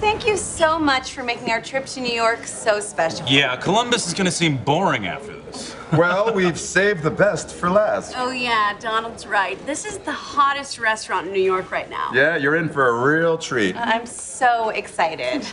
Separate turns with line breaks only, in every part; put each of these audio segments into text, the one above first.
Thank you so much for making our trip to New York so special.
Yeah, Columbus is gonna seem boring after this.
Well, we've saved the best for last.
Oh, yeah, Donald's right. This is the hottest restaurant in New York right now.
Yeah, you're in for a real treat.
I'm so excited.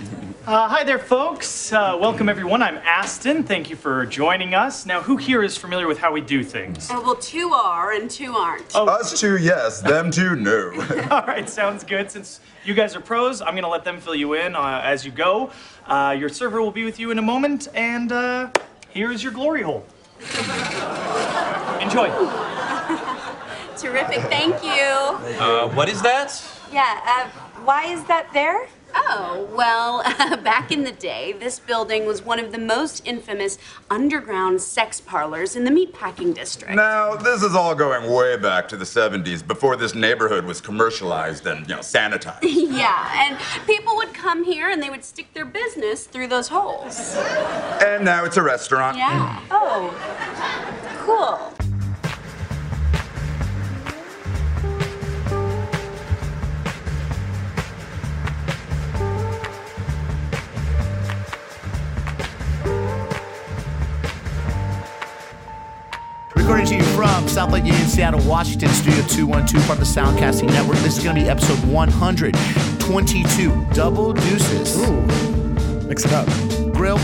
Uh, hi there, folks. Uh, welcome, everyone. I'm Aston. Thank you for joining us. Now, who here is familiar with how we do things?
Oh, well, two are and two aren't.
Us two, yes. Them two, no.
All right, sounds good. Since you guys are pros, I'm going to let them fill you in uh, as you go. Uh, your server will be with you in a moment, and uh, here is your glory hole. Enjoy.
Terrific, thank you.
Uh, what is that?
Yeah, uh, why is that there?
Oh, well, back in the day, this building was one of the most infamous underground sex parlors in the meatpacking district.
now, this is all going way back to the 70s, before this neighborhood was commercialized and, you know, sanitized.
Yeah, and people would come here and they would stick their business through those holes.
and now it's a restaurant.
Mm.
Yeah.
Oh, cool.
Recording to you from South Lake in Seattle, Washington, Studio 212, part of the Soundcasting Network. This is going to be episode 122, Double Deuces.
Mix it up.
Grill,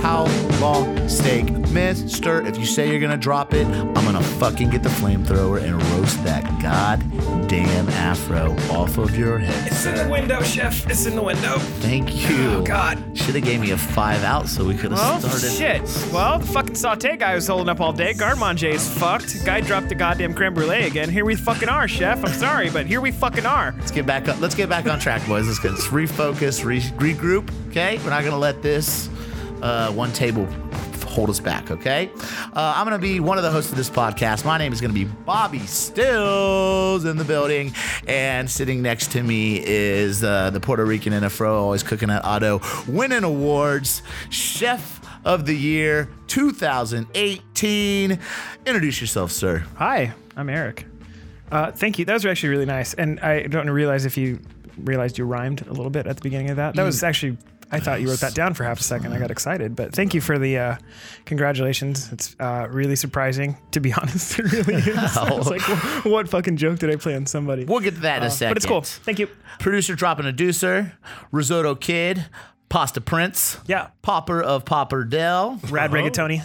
how long steak. Mister, if you say you're going to drop it, I'm going to fucking get the flamethrower and roast that goddamn afro off of your head.
It's in the window, chef. It's in the window.
Thank you.
Oh, God.
Should have gave me a five out so we could have
Well,
started.
shit. Well, the fucking saute guy was holding up all day. Garmanje is fucked. Guy dropped the goddamn creme brulee again. Here we fucking are, chef. I'm sorry, but here we fucking are.
Let's get back up. Let's get back on track, boys. Let's, get, let's refocus, re- regroup. Okay, we're not gonna let this uh, one table hold us back. Okay, uh, I'm gonna be one of the hosts of this podcast. My name is gonna be Bobby Stills in the building, and sitting next to me is uh, the Puerto Rican in a fro, always cooking at Otto, winning awards, chef of the year 2018. Introduce yourself, sir.
Hi, I'm Eric. Uh, thank you. That was actually really nice. And I don't realize if you realized you rhymed a little bit at the beginning of that. That was actually. I thought you wrote that down for half a second. I got excited, but thank you for the uh, congratulations. It's uh, really surprising, to be honest. It really is. I was like, "Wha- what fucking joke did I play on somebody?
We'll get to that in a second.
Uh, But it's cool. Thank you.
producer dropping a deucer, risotto kid, pasta prince,
Yeah.
popper of popper Dell,
Rad rigatoni.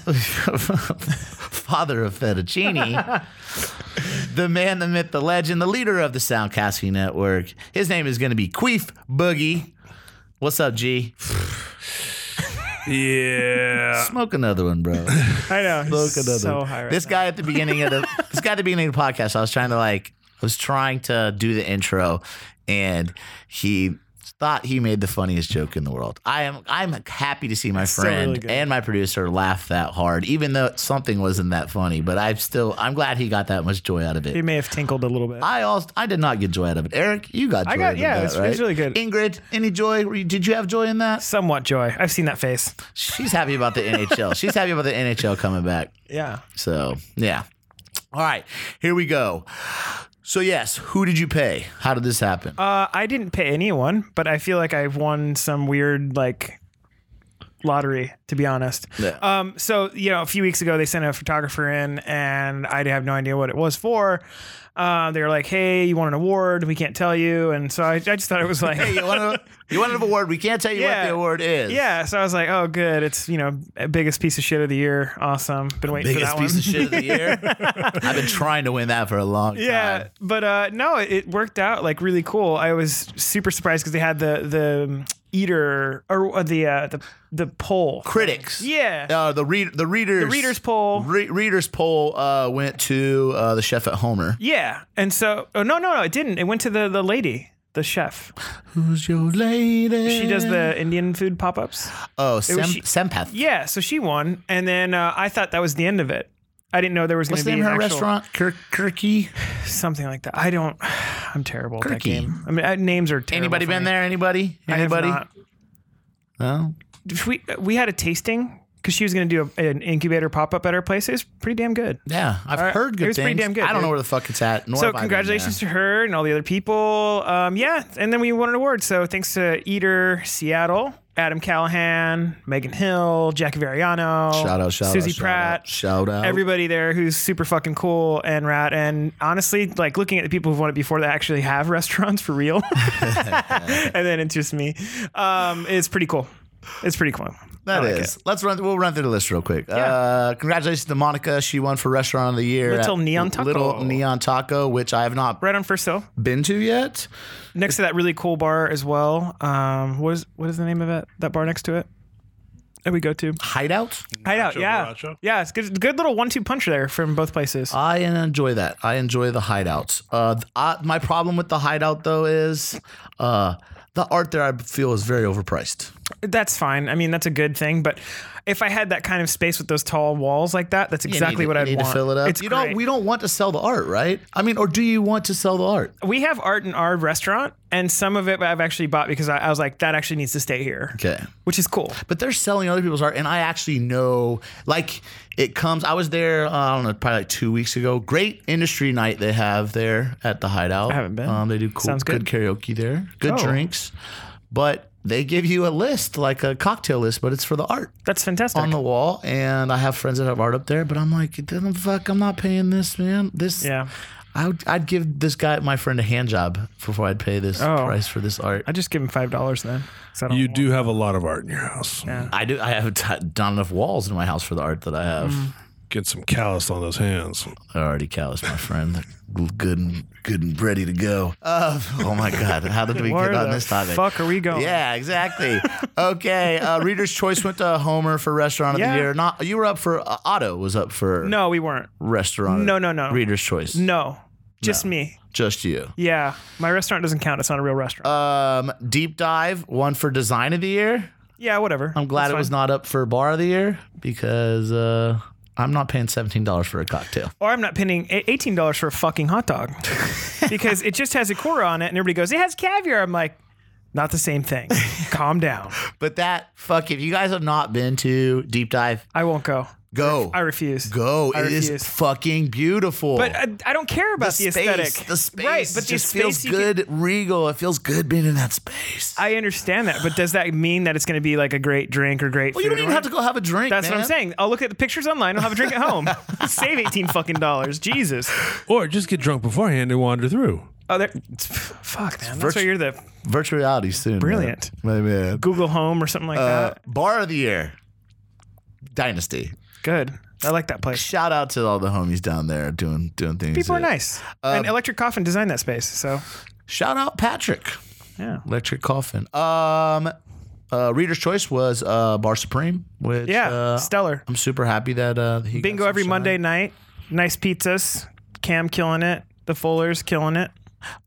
father of fettuccine, the man, the myth, the legend, the leader of the Soundcasting Network. His name is going to be Queef Boogie. What's up, G?
Yeah.
Smoke another one, bro.
I know.
Smoke
He's
another.
so
one.
high right
this guy at the beginning of the this guy at the beginning of the podcast, I was trying to like, I was trying to do the intro, and he thought he made the funniest joke in the world. I am I'm happy to see my
still really
friend
good.
and my producer laugh that hard, even though something wasn't that funny. But I'm still I'm glad he got that much joy out of it.
He may have tinkled a little bit.
I also I did not get joy out of it. Eric, you got joy
I got-
out of
yeah,
that,
it's-
right?
it's really good.
Ingrid, any joy? Were you- Did you have joy in that?
Somewhat joy. I've seen that face.
She's happy about the NHL. She's happy about the NHL coming back.
Yeah.
So yeah. All right, here we go. So yes, who did you pay? How did this happen?
Uh, I didn't pay anyone, but I feel like I've won some weird like lottery, to be honest.
Yeah.
Um, so you know, a few weeks ago they sent a photographer in, and I have no idea what it was for. Uh, they were like, "Hey, you won an award? We can't tell you." And so I, I just thought it was like,
you want a, you want an award? We can't tell you what
Yeah.
the award is.
Yeah, so I was like, "Oh, good! It's you know, biggest piece of shit of the year. Awesome. Been waiting
biggest
for that one."
piece of shit of the year. I've been trying to win that for a long
Yeah,
time.
but uh, no, it, it worked out like really cool. I was super surprised because they had the the um, eater or uh, the uh, the the poll.
Critics.
Yeah.
Uh, the read the readers
The readers poll.
re- readers poll uh, went to uh, the chef at Homer.
Yeah, and so oh no no no, it didn't. It went to the the lady, the chef.
Who's your lady?
She does
Mm.
the Indian food pop ups.
oh sem-
she-
Sempath.
Yeah, so she won, and then uh, I thought that was the end of it. I didn't know there was going
What's
to
the
be
name of
an
her
actual-
restaurant? Kirk Kirky.
something like that. I don't. I'm terrible at that
Kirky.
game. I mean, uh, names are terrible.
Anybody
for
been
me.
there? Anybody?
I have
Anybody?
not.
No.
we we had a tasting because she was going to do a, an incubator pop up at her place. It was pretty damn good.
Yeah, I've
All right.
heard
It
good
was
things.
pretty damn good,
I don't know
dude.
where the fuck it's at. Nor
So
have I been
congratulations
there.
to her and all the other people. Um, yeah, and then we won an award. So thanks to Eater Seattle, Adam Callahan, Megan Hill, Jackie Variano,
Shout out, shout out,
Susie
shout
Pratt,
out, shout out.
everybody there who's super fucking cool and rad. And honestly, like looking at the people who've won it before that actually have restaurants for real, and then it's just me. Um, it's pretty cool. It's pretty cool. I
That
like
is.
it.
Let's run. We'll run through the list real quick. Uh, congratulations to Monica. She won for Restaurant of the Year.
Little
at
Neon Taco.
Little Neon Taco, which I have not
Right on first hill,
been to yet.
next to that really cool bar as well. Um, what is what is the name of it? That bar next to it that we go to.
Hideout.
Hideout,
Nacho
yeah,
Borracho?
yeah. It's good, good little one-two punch there from both places.
I enjoy that. I enjoy the hideouts. Uh, th- I, my problem with the hideout though is uh, the art there. I feel is very overpriced.
that's fine. I mean, that's a good thing. But if I had that kind of space with those tall walls like that, that's
You
exactly
need,
what
you
I'd
need
want.
to fill it up.
It's
you
great.
don't. We don't want to sell the art, right? I mean, or do you want to sell the art?
we have art in our restaurant, and some of it I've actually bought because I, I was like, that actually needs to stay here.
Okay.
which is cool.
but they're selling other people's art and i actually know like it comes i was there uh, i don't know probably like two weeks ago great industry night they have there at the hideout i
haven't been.
um, they do cool
Sounds
good. karaoke there good
Oh.
drinks but they give you a list like a cocktail list but it's for the art
That's fantastic.
on the wall and i have friends that have art up there but i'm like it doesn't fuck i'm not paying this man this
yeah,
I would, I'd give this guy, my friend, a hand job before I'd pay this
Oh.
price for this art.
I just give him five dollars then. 'cause I don't
You
want-
do have a lot of art in your house.
I do. I have t- not enough walls in my house for the art that I have.
Mm.
Get some callus on those hands.
They're already calloused, my friend. They're good and good and ready to go. Uh, oh my God! How did we
Where
get on
the
this topic?
fuck are we going?
Yeah, exactly. okay, uh, Reader's Choice went to Homer for Restaurant of
Yeah.
the Year. Not you were up for uh, Otto was up for
No, we weren't.
Restaurant.
No, no, no.
Uh, Reader's Choice.
No, just me.
just you.
Yeah, my restaurant doesn't count. It's not a real restaurant.
Um, Deep Dive one for Design of the Year.
yeah, whatever.
I'm glad
That's
it was
fine.
not up for Bar of the Year because uh, I'm not paying seventeen dollars for a cocktail.
or I'm not pinning eighteen dollars for a fucking hot dog because it just has a core on it, and everybody goes, "It has caviar." I'm like, not the same thing. Calm down.
But that fuck, if you guys have not been to Deep Dive,
I won't go.
go.
I refuse.
Go.
I
It is
refuse.
fucking beautiful.
But I, I don't care about the, aesthetic.
The space
right? But the
just
space
feels
you can-
good, regal. It feels good being in that space.
I understand that, but does that mean that it's going to be like a great drink or great?
well, you
food
don't
or
even have to
whatever?
go have a drink.
That's what I'm
man.
saying. I'll look at the pictures online. I'll have a drink at home. Save eighteen fucking dollars. Jesus.
Or just get drunk beforehand and wander through.
Oh, there. it's- Fuck, man. That's
Virtu-
why you're the
Virtual reality soon.
Brilliant.
Man. My man.
Google Home or something like
Uh,
that.
bar of the year, Dynasty.
Good. I like that place.
Shout out to all the homies down there doing doing things.
People are
that-
nice.
Um,
and Electric Coffin designed that space. So,
Shout out Patrick.
yeah.
Electric Coffin. Um, uh, Reader's Choice was uh, Bar Supreme, which
Yeah.
uh,
stellar.
I'm super happy that uh, he got
Bingo
some
every
shine.
Monday night. Nice pizzas. Cam killing it. The Fullers killing it.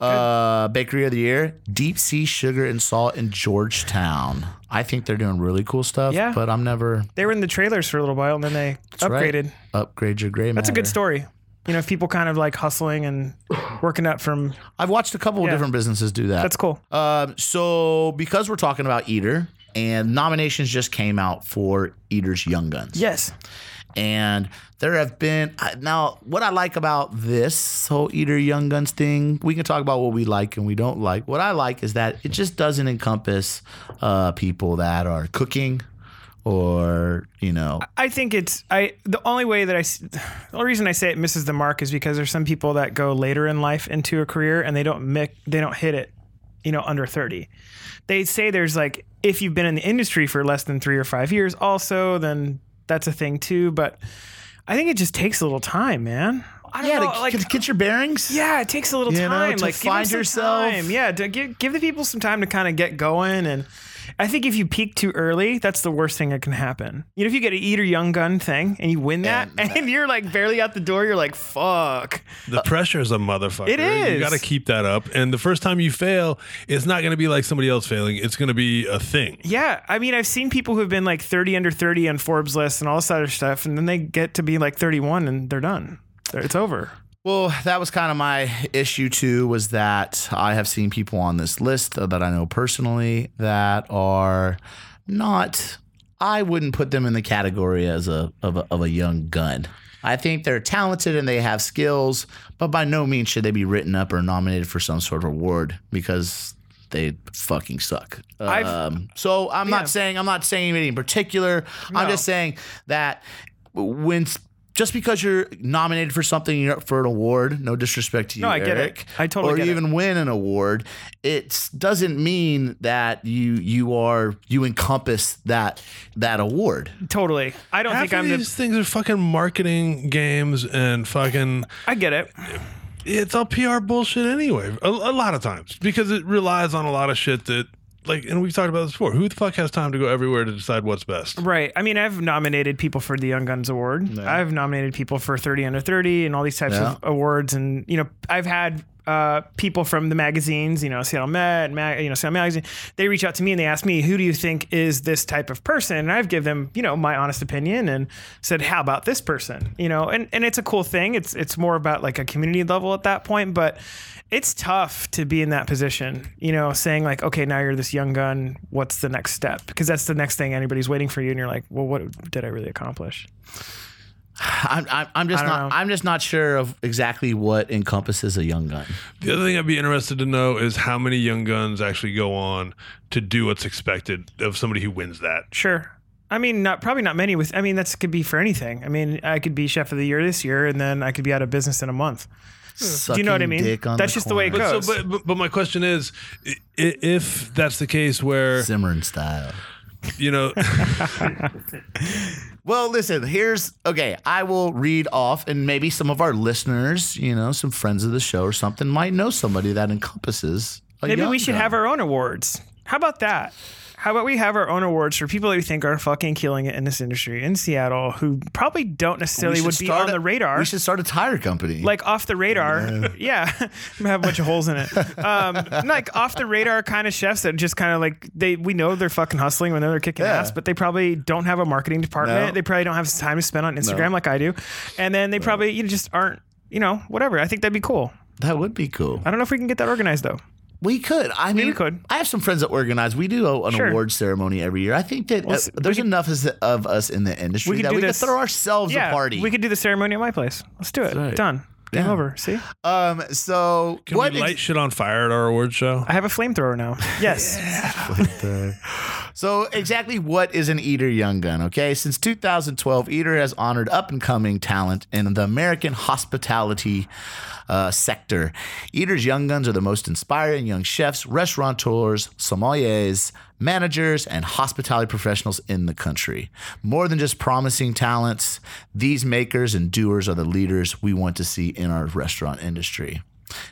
Uh, Bakery of the Year, Deep Sea Sugar and Salt in Georgetown. I think they're doing really cool stuff.
Yeah.
but I'm never
They were in the trailers for a little while and then they
that's right.
upgraded.
Upgrade your gray.
That's a good
matter.
story. You know, if people kind of like hustling and working up from
I've watched a couple
Yeah.
of different businesses do that.
that's cool.
Um, so because we're talking about Eater and nominations just came out for Eater's Young Guns.
Yes.
and there have been I- now what i like about this whole eater young guns thing we can talk about what we like and we don't like what i like is that it just doesn't encompass uh, people that are cooking or you know
I think it's I the only way that I s- the only reason I say it misses the mark is because there's some people that go later in life into a career and they don't mic, they don't hit it, you know, under 30. They say there's like if you've been in the industry for less than 3 or 5 years also then that's a thing too, but I think it just takes a little time, man. I don't
yeah
know,
to
like
get, get your bearings
yeah, it takes a little
You know,
time.
to
like give them
find
some
yourself.
time. Yeah, to give give the people some time to kind of get going. And I think if you peak too early, that's the worst thing that can happen. You know, if you get an eat or young gun thing and you win that, and, you're like barely out the door, you're like, fuck.
The pressure is a motherfucker.
Uh, It is.
You got to keep that up. And the first time you fail, it's not going to be like somebody else failing. It's going to be a thing.
Yeah, I mean, I've seen people who've been like 30 under 30 on Forbes lists and all this other stuff, and then they get to be like 31 and they're done. They're- It's over.
Well, that was kind of my issue too. Was that I have seen people on this list that I know personally that are not I wouldn't put them in the category as a of a, of a young gun. I think they're talented and they have skills, but by no means should they be written up or nominated for some sort of award because they fucking suck.
I've-
Um, so I'm
Yeah.
not saying I'm not saying anybody in particular. I'm
No.
just saying that when s- just because you're nominated for something you're up for an award, no disrespect to you,
No, I get it.
Eric,
I totally
or
get it.
even win an award, it doesn't mean that you you are you encompass that that award.
Totally. I don't
Half
think
of
I'm
these
the.
things are fucking marketing games and fucking.
I get it.
It's all PR bullshit anyway. A, a lot of times because it relies on a lot of shit that like, and we've talked about this before. Who the fuck has time to go everywhere to decide what's best?
Right. I mean, I've nominated people for the Young Guns Award. I've nominated people for 30 Under 30 and all these types of awards. And, you know, I've had uh, people from the magazines, you know, Seattle Met, mag- you know, Seattle Magazine, they reach out to me and they ask me, who do you think is this type of person? And I've given them, you know, my honest opinion and said, how about this person? You know, and, and it's a cool thing. It's, it's more about like a community level at that point, but it's tough to be in that position, you know, saying like, okay, now you're this young gun. What's the next step? Because that's the next thing anybody's waiting for you, and you're like, well, what did I really accomplish?
I'm I'm, I'm just
I don't
not
know.
I'm just not sure of exactly what encompasses a young gun.
The other thing I'd be interested to know is how many young guns actually go on to do what's expected of somebody who wins that.
Sure. I mean, not probably not many. With I mean, that's could be for anything. I mean, I could be chef of the year this year, and then I could be out of business in a month.
Do
you know what I mean? That's just the way it goes.
So, but, but but my question is, i- i- if that's the case, where
Cimarron style.
you know,
Well, listen, here's okay. I will read off, and maybe some of our listeners, you know, some friends of the show or something, might know somebody that encompasses. A
Maybe
young
we should
gun.
have our own awards. How about that? How about we have our own awards for people that we think are fucking killing it in this industry in Seattle, who probably don't necessarily
should
would be
start
on
a-
the radar.
We should start a tire company.
like off the radar. Yeah, I have a bunch of holes in it. Um, like off the radar kind of chefs that just kind of like they we know they're fucking hustling, we know they're kicking
Yeah.
ass, but they probably don't have a marketing department.
No.
They probably don't have time to spend on Instagram like I do, and then they probably you know, just aren't you know whatever. I think that'd be cool.
that would be cool.
I don't know if we can get that organized though.
We could. I mean,
we could.
I have some friends that organize. We do a- an
Sure.
award ceremony every year. I think that uh,
s- we
there's
could-
enough as, of us in the industry
could
that
do
we
this-
could throw ourselves
yeah,
a party.
we could do the ceremony at my place. Let's do it.
right.
Done. Game
Yeah.
over. See,
Um. So
can
what?
we
ex-
light shit on fire at our award show?
I have a flamethrower now. Yes.
So exactly what is an Eater Young Gun? Okay, since 2012, Eater has honored up and coming talent in the American hospitality uh, sector. Eater's Young Guns are the most inspiring young chefs, restaurateurs, sommeliers, managers, and hospitality professionals in the country. More than just promising talents, these makers and doers are the leaders we want to see in our restaurant industry.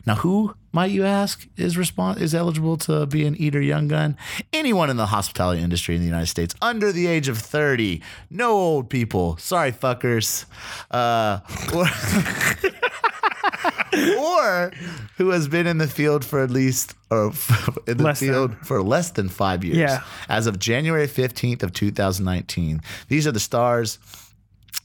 Now, who might you ask is respon is eligible to be an eater young gun? Anyone in the hospitality industry in the United States under the age of thirty. No old people. Sorry, fuckers. Uh, or, or who has been in the field for at least or in the
Less than.
field for less than five years.
Yeah.
As of January fifteenth of two thousand nineteen, these are the stars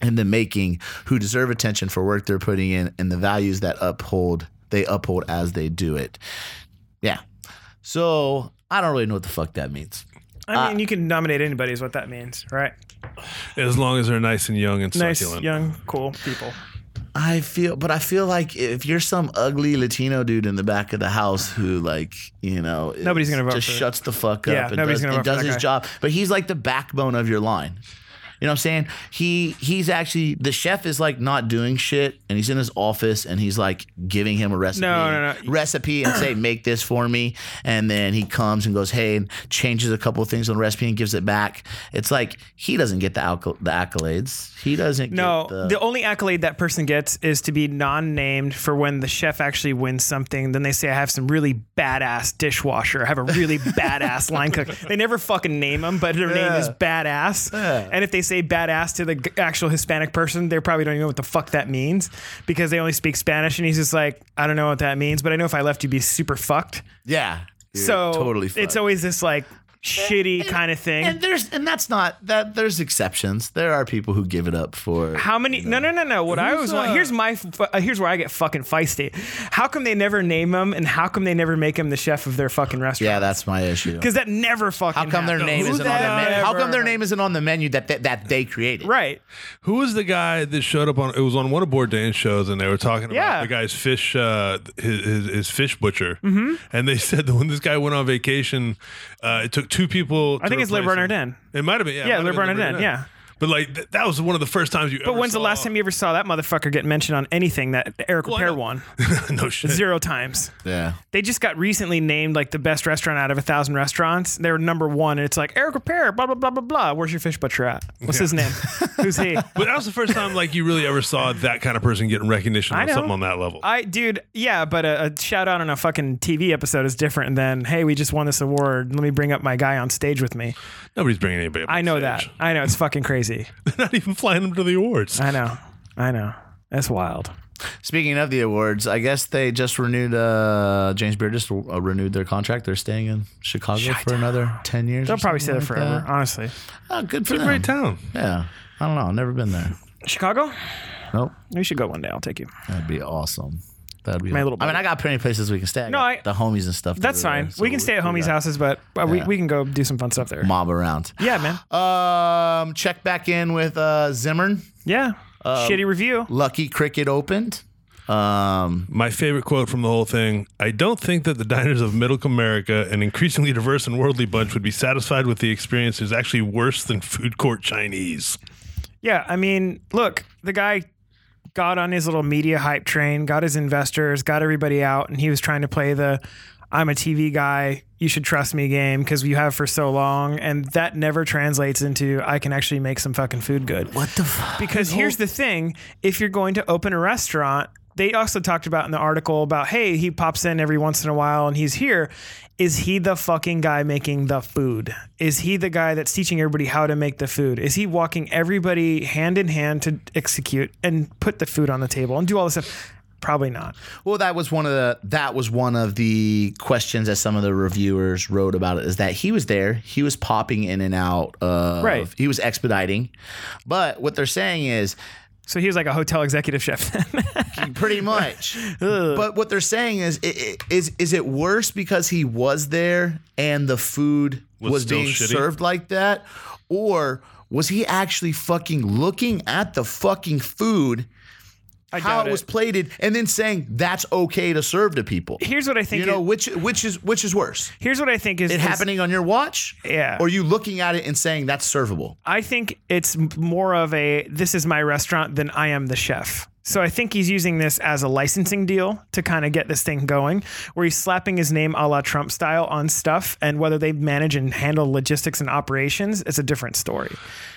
in the making who deserve attention for work they're putting in and the values that uphold they uphold as they do it. Yeah. So I don't really know what the fuck that means. Uh,
I mean, you can nominate anybody is what that means, right?
As long as they're nice and young and
Nice,
succulent.
young, cool people.
I feel, but I feel like if you're some ugly Latino dude in the back of the house who, like, you know, is-
Nobody's gonna vote
just
for it.
shuts the fuck up
Yeah,
and
nobody's
does,
gonna
and
vote for
does
that
his
guy.
job, but he's like the backbone of your line. You know what I'm saying? He he's actually the chef is like not doing shit, and he's in his office, and he's like giving him a recipe,
No, no, no.
recipe, and say make this for me, and then he comes and goes, hey, and changes a couple of things on the recipe and gives it back. It's like he doesn't get the alco- the accolades. He doesn't.
No,
get the,
the, only accolade that person gets is to be non-named for when the chef actually wins something. Then they say, "I have some really badass dishwasher. I have a really badass line cook." They never fucking name them, but their name is badass. And if they say badass to the g- actual Hispanic person, they probably don't even know what the fuck that means because they only speak Spanish. And he's just like, "I don't know what that means, but I know if I left, you'd be super fucked."
yeah. You're
so
totally
it's
fucked.
always this like shitty kind of thing.
And there's and that's not that there's exceptions. There are people who give it up for
How many? No, no, no, no. What I was want, here's my f- uh, here's where I get fucking feisty. How come they never name him, and how come they never make him the chef of their fucking restaurant?
Yeah, that's my issue.
because that never fucking.
How come their
happened.
name
Who
isn't on the
the
menu? How come their
ever-
name isn't on the menu that that, that they created?
Right.
Who was the guy that showed up on? It was on one of Bourdain's shows, and they were talking about
Yeah.
the guy's fish, uh, his, his his fish butcher. Mm-hmm. And they said that when this guy went on vacation, uh, it took two people.
I think it's Le Bernardin.
It might have been, yeah, it
Yeah,
might
Le
have been
Bernardin, yeah.
But like th- that was one of the first times you.
But when's the last time you ever saw that motherfucker get mentioned on anything that Eric
Well, I
Repair
know-
won?
no shit.
Zero times.
Yeah.
They just got recently named like the best restaurant out of a thousand restaurants. They were number one, and it's like Eric Repair, blah blah blah blah blah. Where's your fish butcher at? What's his name? Who's he?
But that was the first time like you really ever saw that kind of person getting recognition
I
on
know.
something on that level.
I, dude, yeah, but a, a shout out on a fucking TV episode is different than, hey, we just won this award. Let me bring up my guy on stage with me.
Nobody's bringing anybody. Up
I
on
know that.
stage.
I know. It's fucking crazy.
They're not even flying them to the awards.
I know. I know. That's wild.
Speaking of the awards, I guess they just renewed. Uh, James Beard just uh, renewed their contract. They're staying in Chicago for another ten years.
They'll
or
probably stay
something
there
like
forever, honestly.
that. Oh, good for
It's a
them.
great town.
Yeah. I don't know. I've never been there.
Chicago?
Nope.
We should go one day. I'll take you.
That'd be awesome. That'd be.
My little
I mean, I got plenty of places we can stay. I
No,
got
I-
the homies and stuff.
That's
that are there,
fine.
so
We can stay at homies'
got
houses, but uh, we, we can go do some fun stuff there.
Mob around.
Yeah, man.
Um, check back in with uh, Zimmern.
Yeah.
Um,
Shitty review.
Lucky Cricket opened. Um,
My favorite quote from the whole thing I don't think that the diners of middle America, an increasingly diverse and worldly bunch, would be satisfied with the experience is actually worse than food court Chinese.
Yeah, I mean, look, the guy got on his little media hype train, got his investors, got everybody out, and he was trying to play the I'm a TV guy, you should trust me game because you have for so long. And that never translates into I can actually make some fucking food good.
what the? F-
Because here's the thing if you're going to open a restaurant, they also talked about in the article about, hey, he pops in every once in a while and he's here. Is he the fucking guy making the food? Is he the guy that's teaching everybody how to make the food? Is he walking everybody hand in hand to execute and put the food on the table and do all this stuff? Probably not.
well, that was one of the that was one of the questions that some of the reviewers wrote about it. Is that he was there, he was popping in and out of,
Right.
He was expediting, but what they're saying is
So he was like a hotel executive chef.
pretty much. but what they're saying is, i- i- is is it worse because he was there and the food was,
Was still
being
shitty?
served like that, or was he actually fucking looking at the fucking food? how
doubt
it, was
it.
plated, and then saying that's okay to serve to people.
Here's what I think
You know
it-
which which is which is worse?
Here's what I think is
It
is-
happening on your watch,
Yeah.
or you looking at it and saying that's servable?
I think it's m- more of a this is my restaurant than I am the chef. So I think he's using this as a licensing deal to kind of get this thing going, where he's slapping his name a la Trump style on stuff, and whether they manage and handle logistics and operations, it's a different story.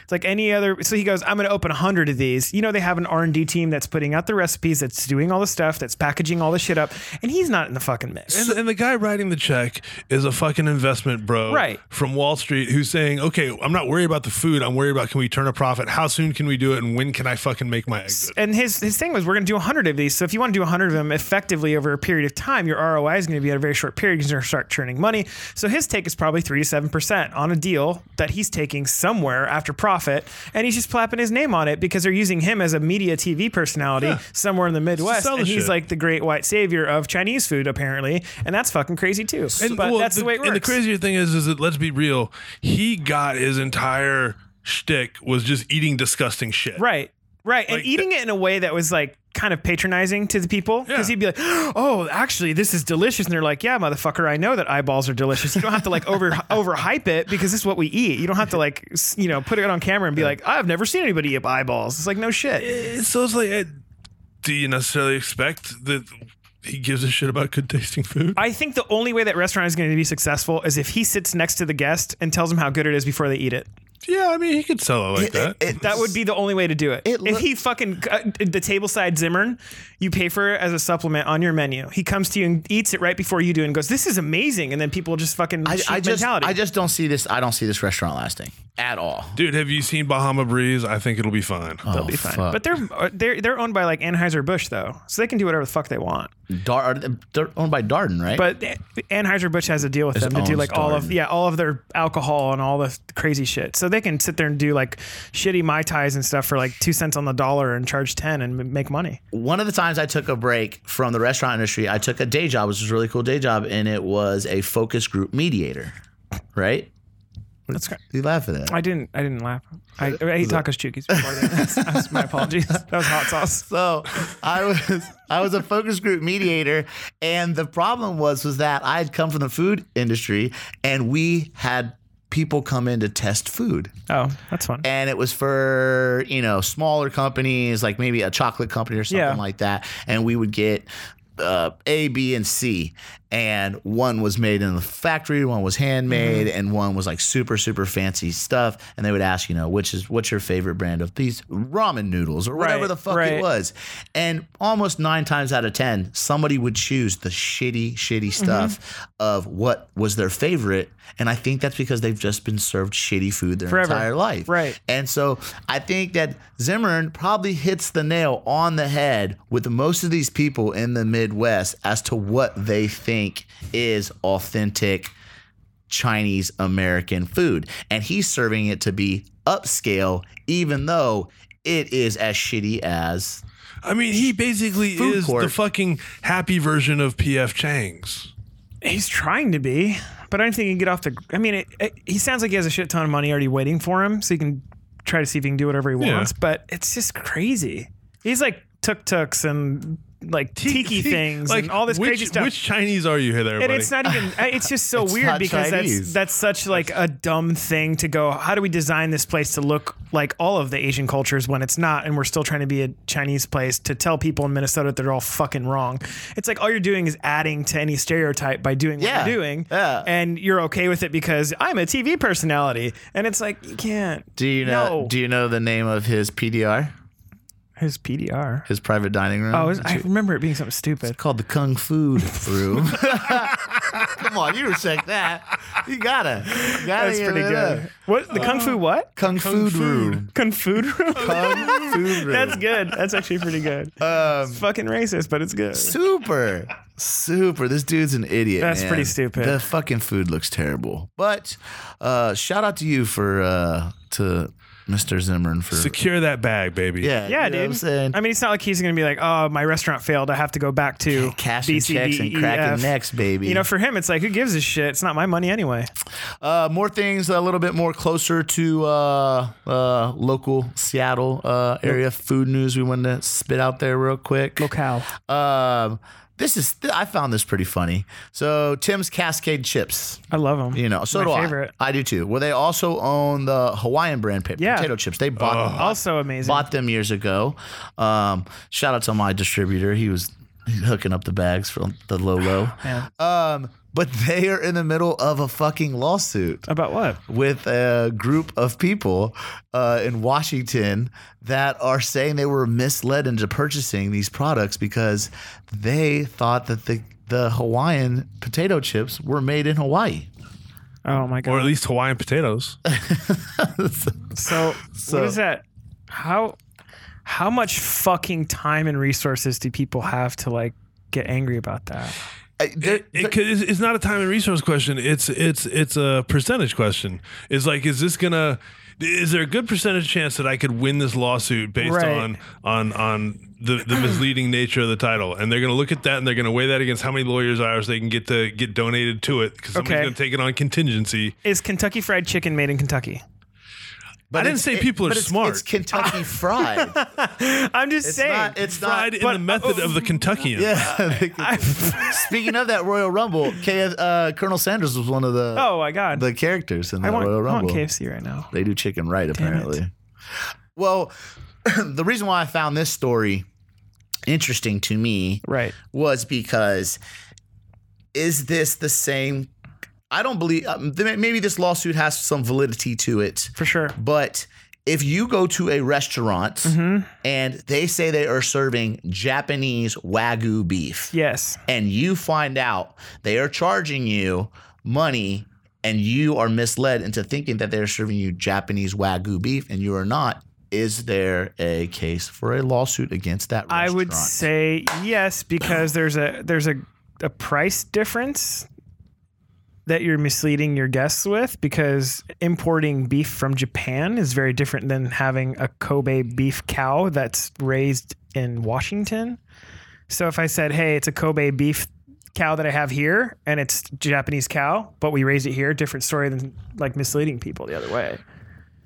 It's like any other. So he goes, I'm going to open hundred of these. You know, they have an R and D team that's putting out the recipes, that's doing all the stuff, that's packaging all the shit up, and he's not in the fucking mix.
And, and the guy writing the check is a fucking investment bro
Right.
from Wall Street who's saying, okay, I'm not worried about the food. I'm worried about can we turn a profit? How soon can we do it? And when can I fucking make my exit?
and his his thing was we're going to do 100 of these. So if you want to do 100 of them effectively over a period of time, your ROI is going to be at a very short period because you're going to start churning money. So his take is probably three to seven percent on a deal that he's taking somewhere after profit, and he's just plapping his name on it because they're using him as a media TV personality somewhere in the Midwest,
sell the
and he's
shit.
like the great white savior of Chinese food apparently, and that's fucking crazy too. but
well,
that's the, way it works.
And the crazier thing is, is that let's be real, he got his entire shtick was just eating disgusting shit.
Right. Right. and
Like
eating it in a way that was like kind of patronizing to the people. Because
Yeah.
he'd be like, oh, actually, this is delicious. And they're like, yeah, motherfucker, I know that eyeballs are delicious. You don't have to like over overhype it because this is what we eat. You don't have to like, s- you know, put it on camera and be like, I've never seen anybody eat eyeballs. It's like, no shit.
It's so it's like, eh, do you necessarily expect that he gives a shit about good tasting food?
I think the only way that restaurant is going to be successful is if he sits next to the guest and tells them how good it is before they eat it.
yeah, I mean, he could sell it like that.
That would be the only way to do it.
It
if
look-
he fucking uh, the table side Zimmern, you pay for it as a supplement on your menu. He comes to you and eats it right before you do, and goes, "This is amazing." And then people just fucking
I,
sheep
I just
mentality.
I just don't see this. I don't see this restaurant lasting at all.
Dude, have you seen Bahama Breeze? I think it'll be fine.
They'll be fine.
fuck.
But they're uh, they're they're owned by like Anheuser Busch though, so they can do whatever the fuck they want.
Dar- they're owned by Darden, right?
But Anheuser Busch has a deal with
It's
them to do
owned
like all of
Darden.
yeah all of their alcohol and all the crazy shit. So they can sit there and do like shitty mai tais and stuff for like two cents on the dollar and charge ten and m- make money.
one of the times I took a break from the restaurant industry, I took a day job, which was a really cool day job, and it was a focus group mediator. Right?
That's great.
You laugh at that.
I didn't I didn't laugh. I, I ate tacos chukis before that. That's, that's my apologies. That was hot sauce.
So I was I was a focus group mediator, and the problem was was that I had come from the food industry, and we had people come in to test food.
Oh, that's fun.
and it was for you know smaller companies like maybe a chocolate company or something
Yeah.
like that and we would get uh, a b and c and one was made in the factory one was handmade
Mm-hmm.
and one was like super super fancy stuff and they would ask you know which is what's your favorite brand of these ramen noodles or whatever
Right,
the fuck it
right.
was and almost nine times out of ten somebody would choose the shitty shitty
Mm-hmm.
stuff of what was their favorite and i think that's because they've just been served shitty food their
Forever.
entire life
Right.
and so I think that Zimmern probably hits the nail on the head with most of these people in the Midwest as to what they think is authentic Chinese American food. And he's serving it to be upscale, even though it is as shitty as
I mean, he basically
Food
is the
court.
fucking happy version of PF Chang's.
He's trying to be, but I don't think he can get off the. I mean, it, it, he sounds like he has a shit ton of money already waiting for him, so he can try to see if he can do whatever he
Yeah.
wants. But it's just crazy. He's like tuk tuks and like tiki things
like
and all this
which,
crazy stuff.
Which Chinese are you here, there,
and
buddy?
it's not even. I- It's just so
It's
weird
not
because
Chinese.
that's that's such like a dumb thing to go. How do we design this place to look like all of the Asian cultures when it's not, and we're still trying to be a Chinese place to tell people in Minnesota that they're all fucking wrong. It's like all you're doing is adding to any stereotype by doing what
Yeah.
you're doing,
Yeah.
and you're okay with it because I'm a TV personality, and it's like you can't.
Do you know
No.
do you know the name of his PDR?
His PDR.
His private dining room?
Oh, is- I remember it being something stupid.
called the Kung Fu Room. Come on, you respect that. You gotta. You gotta
That's
give
pretty
it
good.
up.
What the kung fu? What
Kung, Fu Room.
kung fu
Kung
room?
Fu Room.
That's good. That's actually pretty good.
Um,
it's fucking racist, but it's good.
super, super. This dude's an idiot.
That's
man.
pretty stupid.
The fucking food looks terrible. But uh, shout out to you for uh, to Mr. Zimmern for
Secure that bag, baby.
yeah, you know
Yeah, dude.
What I'm saying.
I mean, it's not like he's going to be like, oh, my restaurant failed. I have to go back to
Cashing
B, C, D,
checks and
E,
cracking
F."
necks, baby.
You know, for him, it's like, who gives a shit? It's not my money anyway.
Uh, more things a little bit more closer to uh, uh, local Seattle uh, area food news we wanted to spit out there real quick.
Locale.
Um, this is I found this pretty funny. So Tim's Cascade Chips,
I love him.
you know, so
my
do
favorite.
I. I do too. Well, they also own the Hawaiian brand pa-
Yeah.
potato chips. They bought them,
Also amazing.
bought them years ago. Um, shout out to my distributor. He was hooking up the bags from the low low. um, but they are in the middle of a fucking lawsuit
About what?
with a group of people uh, in Washington that are saying they were misled into purchasing these products because they thought that the the Hawaiian potato chips were made in Hawaii.
Oh my god.
Or at least Hawaiian potatoes.
so, what is that? How how much fucking time and resources do people have to like get angry about that?
Uh, they're-
It could, it's it's not a time and resource question. It's it's it's a percentage question. It's like, is this gonna? Is there a good percentage chance that I could win this lawsuit based
Right.
on on on the, the misleading nature of the title? And they're gonna look at that and they're gonna weigh that against how many lawyers hours they can get to get donated to it because somebody's
Okay.
gonna take it on contingency.
Is Kentucky Fried Chicken made in Kentucky?
but
I didn't
it's-
say people are
but it's-
smart.
It's Kentucky Fried.
I'm just
It's
saying.
not. It's
Fried
not.
in the method of the Kentuckian.
Yeah. Speaking of that Royal Rumble, K, uh, Colonel Sanders was one of the
oh my god.
the characters in
I
the
want, I
Royal
want
Rumble.
KFC right now.
They do chicken right,
it.
apparently. Well, the reason why I found this story interesting to me
Right.
was because is this the same? I don't believe um, th- maybe this lawsuit has some validity to it,
For sure.
but if you go to a restaurant and they say they are serving Japanese wagyu beef,
Yes.
and you find out they are charging you money and you are misled into thinking that they're serving you Japanese wagyu beef and you are not, is there a case for a lawsuit against that
I
restaurant?
would say yes because there's a there's a, a price difference that you're misleading your guests with because importing beef from Japan is very different than having a Kobe beef cow that's raised in Washington. So if I said, "Hey, it's a Kobe beef cow that I have here and it's Japanese cow, but we raised it here," different story than like misleading people the other way.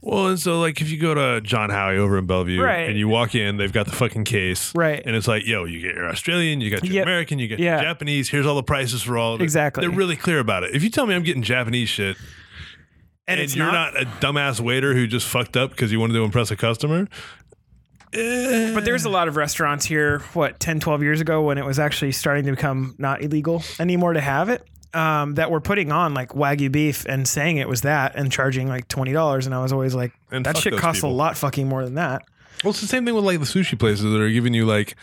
Well, and so like if you go to John Howie over in Bellevue
Right.
and you walk in, they've got the fucking case.
Right.
And it's like, yo, you get your Australian, you got your
Yep.
American, you get your
Yeah.
Japanese, here's all the prices for all of it.
Exactly.
They're really clear about it. If you tell me I'm getting Japanese shit and,
it's
you're
not-
not, a dumbass waiter who just fucked up because you wanted to impress a customer,
But there's a lot of restaurants here, what, 10, 12 years ago when it was actually starting to become not illegal anymore to have it, um, that were putting on like Wagyu beef and saying it was that and charging like $20. And I was always like,
And
that
fuck
shit
those
costs a
people.
lot fucking more than that.
Well, it's the same thing with like the sushi places that are giving you like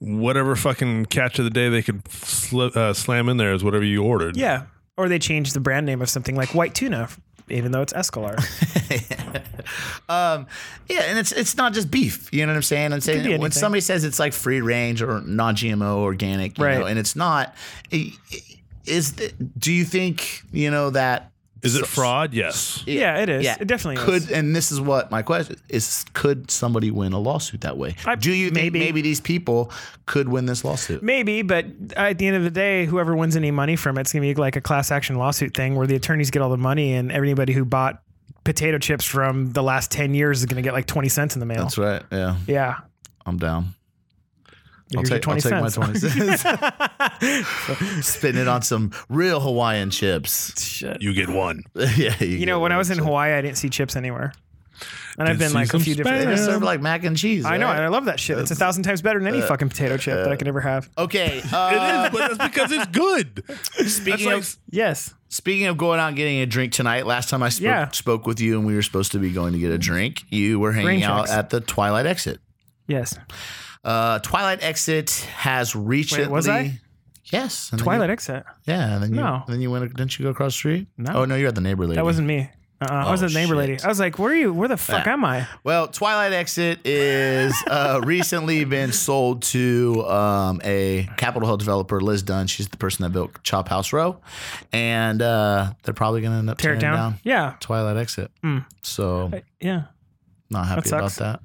whatever fucking catch of the day they could sl- uh, slam in there is whatever you ordered.
Yeah. Or they changed the brand name of something like white tuna, even though it's Escalar.
Um, yeah, and it's it's not just beef. You know what I'm saying? I'm
be
saying when
anything.
somebody says it's like free range or non-GMO organic, you
Right.
know, and it's not. i- i- Is the, do you think you know that?
Is it fraud? Yes.
yeah, it is. It definitely
could.
is.
And this is what my question is: Could somebody win a lawsuit that way?
I-
do you think
maybe.
maybe these people could win this lawsuit?
Maybe, but at the end of the day, whoever wins any money from it's gonna be like a class action lawsuit thing where the attorneys get all the money and everybody who bought potato chips from the last ten years is gonna get like twenty cents in the mail.
That's right. Yeah,
Yeah.
I'm down. I'll
Here's your
take, I'll take my 20 cents. Spitting it on some real Hawaiian chips.
You get one.
yeah,
You know, when I was in Hawaii, I didn't see chips anywhere, and I've
Didn't
been
see
like a
some
few different.
Spanish.
They serve like mac and cheese.
I know,
right?
and I love that shit. It's a thousand times better than any fucking potato chip that I could ever have.
Okay.
It
Uh,
is, but that's because it's good.
speaking
like-
of
Yes,
speaking of going out and getting a drink tonight, last time I spoke,
Yeah.
spoke with you and we were supposed to be going to get a drink, you were hanging
Rain
out
checks.
at the Twilight Exit.
yes.
Uh, Twilight Exit has recently.
was I?
Yes. and then
Twilight
you-
exit.
yeah. And then you,
No.
then you went. Didn't you go across the street?
No.
Oh no, you're at the neighbor lady.
That wasn't me. Uh, uh I was
Oh,
a neighbor lady.
shit.
I was like, "Where are you? Where the fuck
Ah.
am I?"
Well, Twilight Exit is uh, recently been sold to um, a Capitol Hill developer, Liz Dunn. She's the person that built Chop House Row, and uh, they're probably going to end up
Tear it
tearing
down.
down
Yeah,
Twilight Exit. So
yeah.
not happy
That
about
sucks.
that.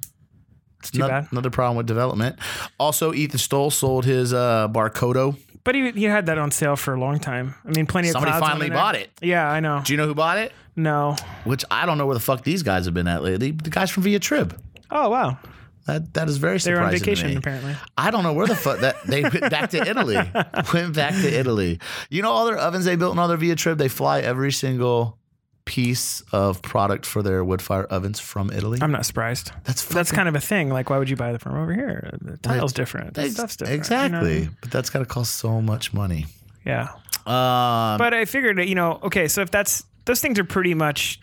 It's
Too bad.
another problem with development. Also, Ethan Stoll sold his uh, Barcodo.
But he, he had that on sale for a long time. I mean, plenty
Somebody
of clouds on eh?
finally
the net.
bought it.
Yeah, I know.
Do you know who bought it?
No.
Which I don't know where the fuck these guys have been at lately. The guys from Via Trib.
Oh wow,
That that is very
they were
surprising.
on
to
vacation
me.
apparently.
I don't know where the fuck that they went back to Italy. Went back to Italy. You know all their ovens they built and all their Via Trib. They fly every single piece of product for their wood fire ovens from Italy.
I'm not surprised.
that's fucking,
That's kind of a thing. Like, why would you buy them from over here? The tile's different. The
ex-
stuff's different. you know what I
exactly.
mean?
But that's got to cost so much money.
Yeah.
Um,
But I figured, you know, okay, so if that's those things are pretty much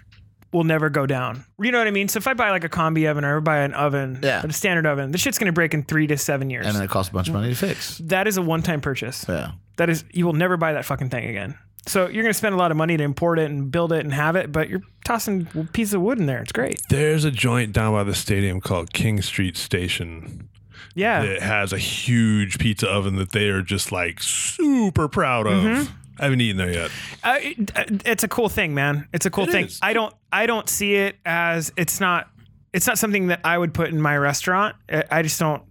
will never go down. You know what I mean? So if I buy like a combi oven or I buy an oven,
Yeah.
but a standard oven, this shit's gonna break in three to seven years.
and then it costs a bunch of money to fix.
that is a one-time purchase.
Yeah.
That is, you will never buy that fucking thing again. So you're gonna spend a lot of money to import it and build it and have it, but you're tossing a piece of wood in there. It's great.
There's a joint down by the stadium called King Street Station
Oh.
Yeah.
that has a huge pizza oven that they are just like super proud of.
Mm-hmm.
I haven't eaten there yet.
Uh, it- uh, it's a cool thing, man. It's a cool
It
thing.
is.
I don't I don't see it as it's not it's not something that I would put in my restaurant. I I just don't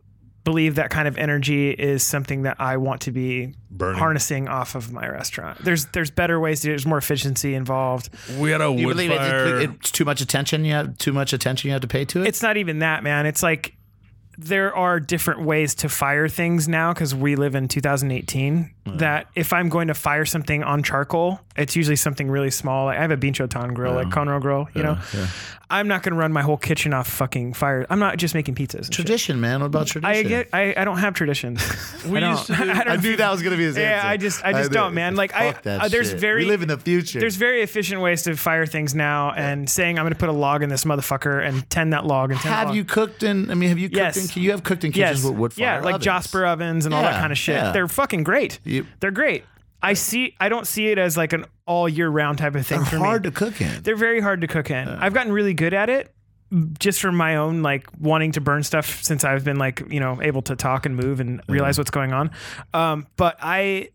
believe that kind of energy is something that I want to be
Burning.
harnessing off of my restaurant. There's there's better ways to do it. There's more efficiency involved.
We had a
Do you
wood
believe it,
fire.
it- it's too much attention? You have too much attention you have to pay to it.
It's not even that, man. It's like there are different ways to fire things now because we live in 2018. That if I'm going to fire something on charcoal, it's usually something really small. Like I have a Binchotan grill, like Conroe grill, you know? I'm not going to run my whole kitchen off fucking fire. I'm not just making pizzas. and shit.
tradition, man. What about tradition?
I get. I, I don't have traditions. I don't.
used to do-
I don't.
knew that was gonna be his
Yeah, I just- I just
knew
don't,
it.
man. Like, I-
Fuck that
uh, there's
shit.
very-
we live in the future.
There's very efficient ways to fire things now, and saying I'm going to put a log in this motherfucker and ten that log and ten that
have
log.
you cooked in? I mean, have you cooked
Yes.
in? You have cooked in kitchens
yes.
with wood fire
Yeah, like
ovens.
Jasper ovens and all that
Yeah,
kind of shit.
yeah.
They're fucking great.
You-
They're great. I see. I don't see it as like an all year round type of thing.
They're
for
hard
me.
to cook in.
They're very hard to cook in. I've gotten really good at it just from my own like wanting to burn stuff since I've been like, you know, able to talk and move and realize what's going on. Um, but I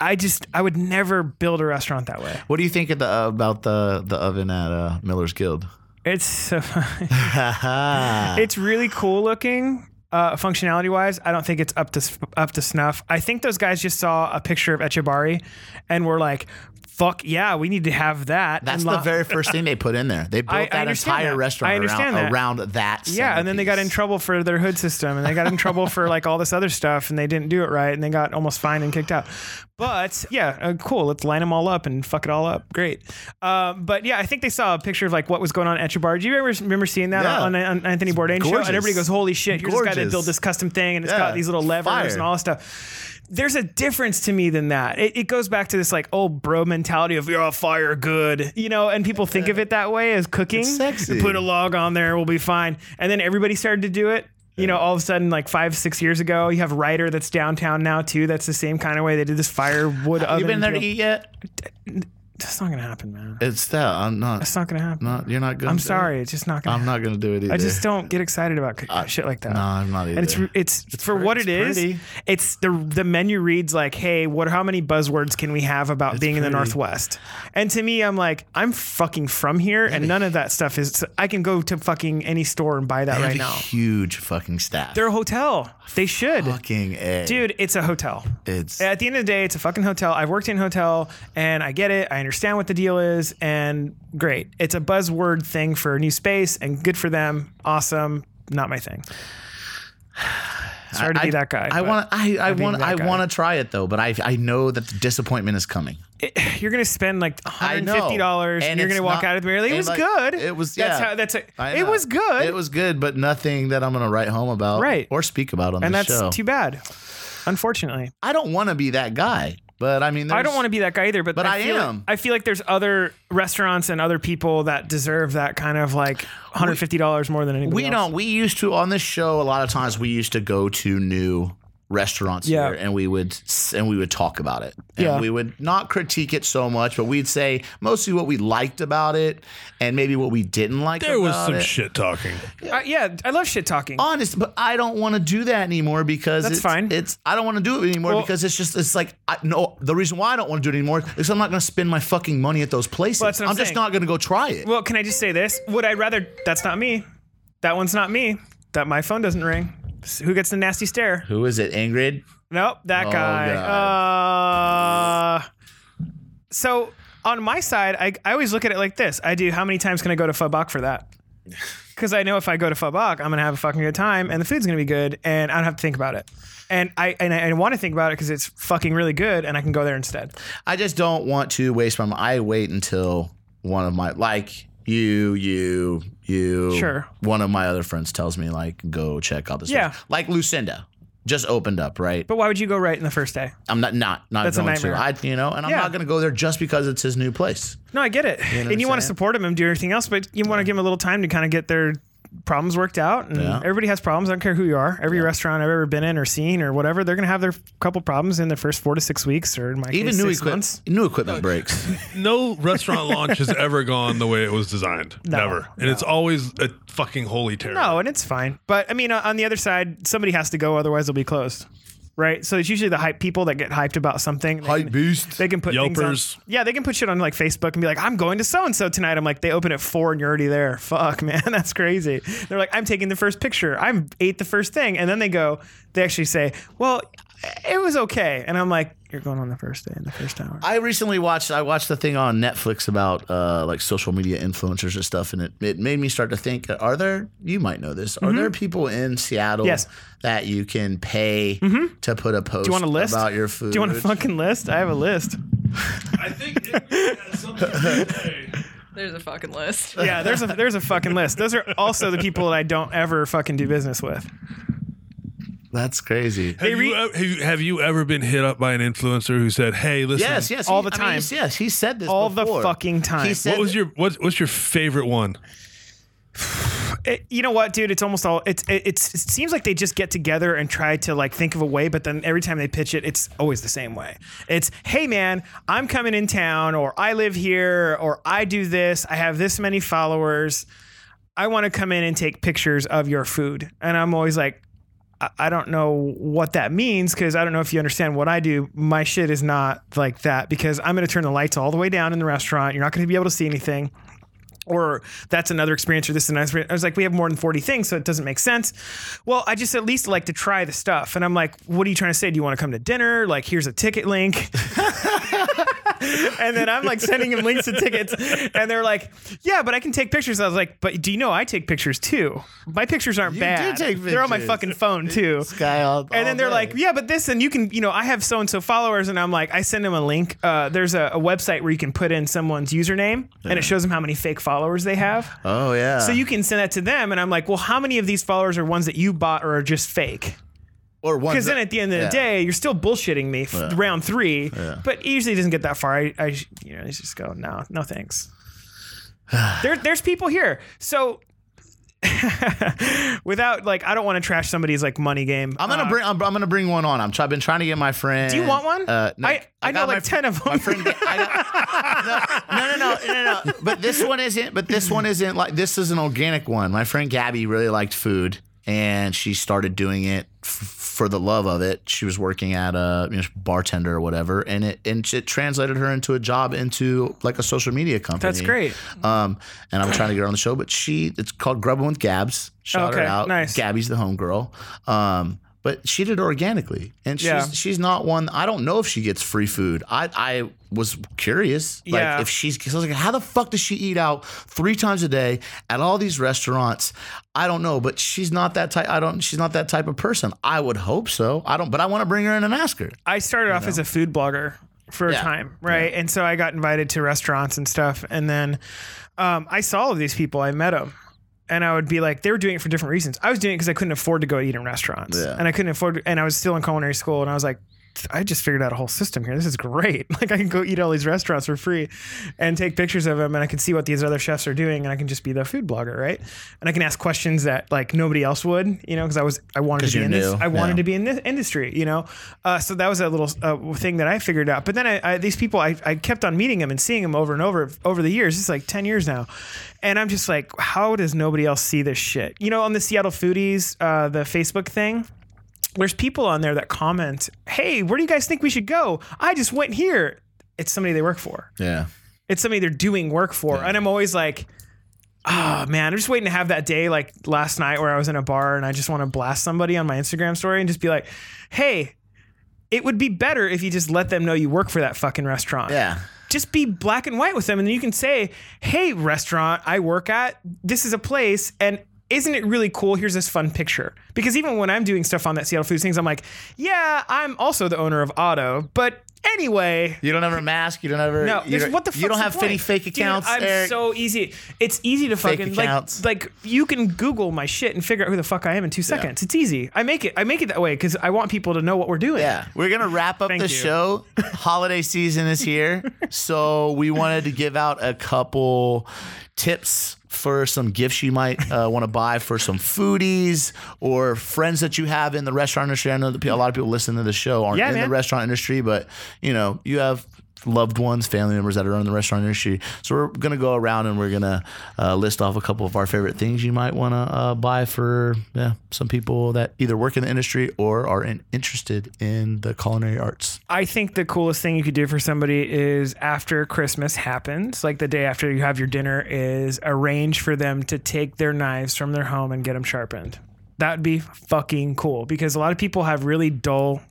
I just I would never build a restaurant that way.
What do you think of the, uh, about the the oven at uh, Miller's Guild?
It's so
Ha
it's really cool looking. Uh, functionality wise, I don't think it's up to s- up to snuff. I think those guys just saw a picture of Echibari and were like, "Fuck yeah, we need to have that."
That's
and
the
lo-
very first thing they put in there. They built
I
that
understand
entire
that.
restaurant
I understand
around,
that.
around that.
Yeah, and then they got in
centerpiece.
trouble for their hood system, and they got in trouble for like all this other stuff, and they didn't do it right, and they got almost fined and kicked out. But yeah, uh, cool. Let's line them all up and fuck it all up. Great. Um, but yeah, I think they saw a picture of like what was going on at Chibar. Do you ever remember seeing that
Yeah.
on, on Anthony Bourdain show?
Gorgeous.
And everybody goes, "Holy shit! Here's this guy
Gorgeous.
that built this custom thing, and it's
Yeah,
got these little
it's
levers
fire.
and all this stuff." There's a difference to me than that. It, it goes back to this like old bro mentality of you're all fire good, you know, and people think of it that way as cooking.
sexy.
Put a log on there, we'll be fine. And then everybody started to do it. You know, all of a sudden, like five, six years ago, you have Ryder that's downtown now too. That's the same kind of way they did this firewood oven.
You been there to
deal.
eat yet?
That's not gonna happen, man.
It's that. I'm not.
It's not gonna happen.
Not you're not good.
I'm sorry, it's just not gonna.
I'm
happen.
not gonna do it either.
I just don't get excited about cooking shit like that.
No, I'm not either.
and it's it's, for what
it's
it is.
pretty.
It's the the menu reads like, "Hey, what? How many buzzwords can we have about being in the
pretty.
Northwest?" And to me, I'm like, I'm fucking from here, and none of that stuff is. I can go to fucking any store and buy that
They have
right
a
now.
Huge fucking staff.
They're a hotel. They should.
fucking a.
Dude, it's a hotel.
It's-
at the end of the day, it's a fucking hotel. I've worked in hotel and I get it. I understand what the deal is, and great. It's a buzzword thing for a new space, and good for them. Awesome. Not my thing. Sorry to be that guy.
I
but
want. I I
being
want.
that
I
guy.
want to try it though, but I I know that the disappointment is coming.
You're gonna spend like
I know.
150 dollars, and,
And
you're gonna
it's
walk
not-
out of the mirror. like, It
and,
was
like,
good.
it was-
That's
yeah.
how. That's it.
I
It
know.
was good.
It was good, but nothing that I'm gonna write home about,
Right.
Or speak about on
and
the
that's
show.
too bad. Unfortunately.
I don't want to be that guy, but I mean,
I don't want to be that guy either, but,
But I
feel
am.
I feel like there's other restaurants and other people that deserve that kind of like $150 more than anybody
We
else.
don't. We used to on this show a lot of times. We used to go to new restaurants
Yeah.
here, and we would s- and we would talk about it. And
Yeah.
we would not critique it so much, but we'd say mostly what we liked about it, and maybe what we didn't like.
There was
about
some
it.
shit talking.
I, yeah, I love shit talking.
honest, but I don't want to do that anymore because
That's
it's,
fine.
It's I don't want to do it anymore
Well-
because it's just it's like I, no. The reason why I don't want to do it anymore is I'm not going to spend my fucking money at those places.
Well, that's what I'm
just
saying.
not going to go try it.
Well, can I just say this? Would I rather? That's not me. That one's not me. That my phone doesn't ring. Who gets the nasty stare?
Who is it, Ingrid?
Nope, that
Oh,
guy. Uh, so on my side, I, I always look at it like this. I do how many times can I go to Fubach for that? Because I know if I go to Fubach, I'm gonna have a fucking good time, and the food's gonna be good, and I don't have to think about it. And I and I, and I want to think about it because it's fucking really good, and I can go there instead.
I just don't want to waste my. I wait until one of my like you, you, you.
Sure.
One of my other friends tells me like go check out this.
Yeah.
place. Like Lucinda. Just opened up, right?
But why would you go right in the first day?
I'm not not not
That's a
going to.
nightmare.
I you know, and I'm
Yeah.
not going to go there just because it's his new place.
No, I get it.
what I'm
and you want to
saying?
support him and do everything else, but you want to give him a little time to kind of get their problems worked out. And
Yeah.
everybody has problems. I don't care who you are. Every restaurant I've ever been in or seen or whatever, they're going to have their couple problems in the first four to six weeks or in my
Even
case,
new
six
equipment,
months.
new equipment breaks.
No restaurant launch has ever gone the way it was designed. Never. And it's always a fucking holy terror.
No, and it's fine. But I mean, uh, on the other side, somebody has to go, otherwise they'll be closed. Right, so it's usually the hype people that get hyped about something. They
Hype
can-
beasts.
They can put things on-
Yelpers.
yeah, they can put shit on like Facebook and be like, "I'm going to so and so tonight." I'm like, they open at four and you're already there. Fuck, man, that's crazy. They're like, "I'm taking the first picture. I'm ate the first thing," and then they go, they actually say, "Well, it was okay," and I'm like, "You're going on the first day in the first hour."
I recently watched I watched the thing on Netflix about uh, like social media influencers and stuff, and it, it made me start to think: Are there you might know this? Are there people in Seattle
Mm-hmm. Yes. Mm-hmm.
that you can pay to put a post
Do you want a list
about your food?
Do you want a fucking list? I have a list.
I think it has something to say.
There's a fucking list.
Yeah, there's a there's a fucking list. Those are also the people that I don't ever fucking do business with.
That's crazy.
Have,
re-
you, ev- have, you, have you ever been hit up by an influencer who said, "Hey, listen,
Yes, yes,
All
he-
the
I mean,
time.
he's- yes, he said this
All the
before.
fucking time.
He
What
said
what was your what's, what's your favorite one?"
It- you know what, dude? It's almost all. It's it, it's it seems like they just get together and try to like think of a way, but then every time they pitch it, it's always the same way. It's hey man, I'm coming in town, or I live here, or I do this. I have this many followers. I want to come in and take pictures of your food, and I'm always like. I- I don't know what that means because I don't know if you understand what I do. My shit is not like that because I'm going to turn the lights all the way down in the restaurant. You're not going to be able to see anything or that's another experience or this is another experience. I was like, we have more than 40 things, so it doesn't make sense. Well, I just at least like to try the stuff. And I'm like, what are you trying to say? Do you want to come to dinner? Like, here's a ticket link. and then I'm like sending him links to tickets. And they're like, yeah, but I can take pictures. I was like, but do you know I take pictures too? My pictures aren't
You do
bad.
take
They're on my
pictures.
fucking phone too
Sky all,
and then
all
they're
day.
like, yeah, but this, and you can, you know, I have so and so followers, and I'm like, I send them a link. Uh, there's a, a website where you can put in someone's username, and it shows them how many fake followers they have.
oh yeah.
So you can send that to them, and I'm like, well, how many of these followers are ones that you bought or are just fake?
or one
Because then at the end of the
yeah.
day, you're still bullshitting me. f Round three, but it usually doesn't get that far. I, I sh- you know, I just go, no, no thanks. there, there's people here, so. without like i don't want to trash somebody's like money game
I'm gonna
Uh,
bring. I'm, I'm gonna bring one on. I'm. Try, been trying to get my friend.
Do you want one?
Uh, no,
I, I, know
got my
like
fr-
ten of them.
My friend. I got- no, no, no, no, no, no. But this one isn't. But this one isn't like. This is an organic one. My friend Gabby really liked food, and she started doing it f- for the love of it. She was working at a you know, bartender or whatever, and it and it translated her into a job into like a social media company.
That's great.
Um, and I'm trying to get her on the show, but she. It's called Grubbing with Gabs. Shout her
Okay,
out.
nice.
Gabby's the homegirl. Um, but she did it organically, and she's
Yeah.
she's not one. I don't know if she gets free food. I I was curious, like
Yeah.
if she's 'cause I was like, how the fuck does she eat out three times a day at all these restaurants? I don't know, but she's not that type. I don't. She's not that type of person. I would hope so. I don't, but I want to bring her in and ask her.
I started off as a food blogger for
Yeah.
a time, right? And so I got invited to restaurants and stuff, and then um, I saw all of these people. I met them, and I would be like, they were doing it for different reasons. I was doing it because I couldn't afford to go eat in restaurants,
Yeah.
and I couldn't afford, and I was still in culinary school, and I was like. I just figured out a whole system here. This is great. Like I can go eat all these restaurants for free and take pictures of them and I can see what these other chefs are doing and I can just be the food blogger, right? And I can ask questions that like nobody else would, you know, cuz I was I wanted
'Cause
to be
you're
in this
new.
I wanted
Yeah.
to be in this industry, you know. Uh, so that was a little uh, thing that I figured out. But then I, I these people I, I kept on meeting them and seeing them over and over over the years. It's like 10 years now. And I'm just like, how does nobody else see this shit? You know, on the Seattle Foodies uh, the Facebook thing, there's people on there that comment, "Hey, where do you guys think we should go? I just went here." It's somebody they work for.
Yeah.
It's somebody they're doing work for, and I'm always like, "Oh man, I'm just waiting to have that day like last night where I was in a bar and I just want to blast somebody on my Instagram story and just be like, "Hey, it would be better if you just let them know you work for that fucking restaurant."
Yeah.
just be black and white with them and you can say hey restaurant i work at this is a place and isn't it really cool here's this fun picture because even when i'm doing stuff on that seattle foods things i'm like yeah i'm also the owner of auto but anyway
You don't have a mask. You don't ever.
no,
you
there's-
don't-
what the fuck?
You don't have any fake accounts.
Dude, I'm
Eric.
so easy. It's easy to
Fake
fucking
accounts.
like like you can Google my shit and figure out who the fuck I am in two seconds. It's easy. I make it. I make it that way because I want people to know what we're doing.
Yeah, we're gonna wrap up
Thank
the
you.
show. Holiday season is here, so we wanted to give out a couple tips for some gifts you might uh, want to buy for some foodies or friends that you have in the restaurant industry. I know that pe- a lot of people listening to the show aren't
Yeah,
in the
man.
restaurant industry, but you know you have. Loved ones, family members that are in the restaurant industry. So we're gonna go around and we're gonna uh, list off a couple of our favorite things you might want to uh, buy for yeah, some people that either work in the industry or are in, interested in the culinary arts.
I think the coolest thing you could do for somebody is after Christmas happens, like the day after you have your dinner, is arrange for them to take their knives from their home and get them sharpened. That'd be fucking cool because a lot of people have really dull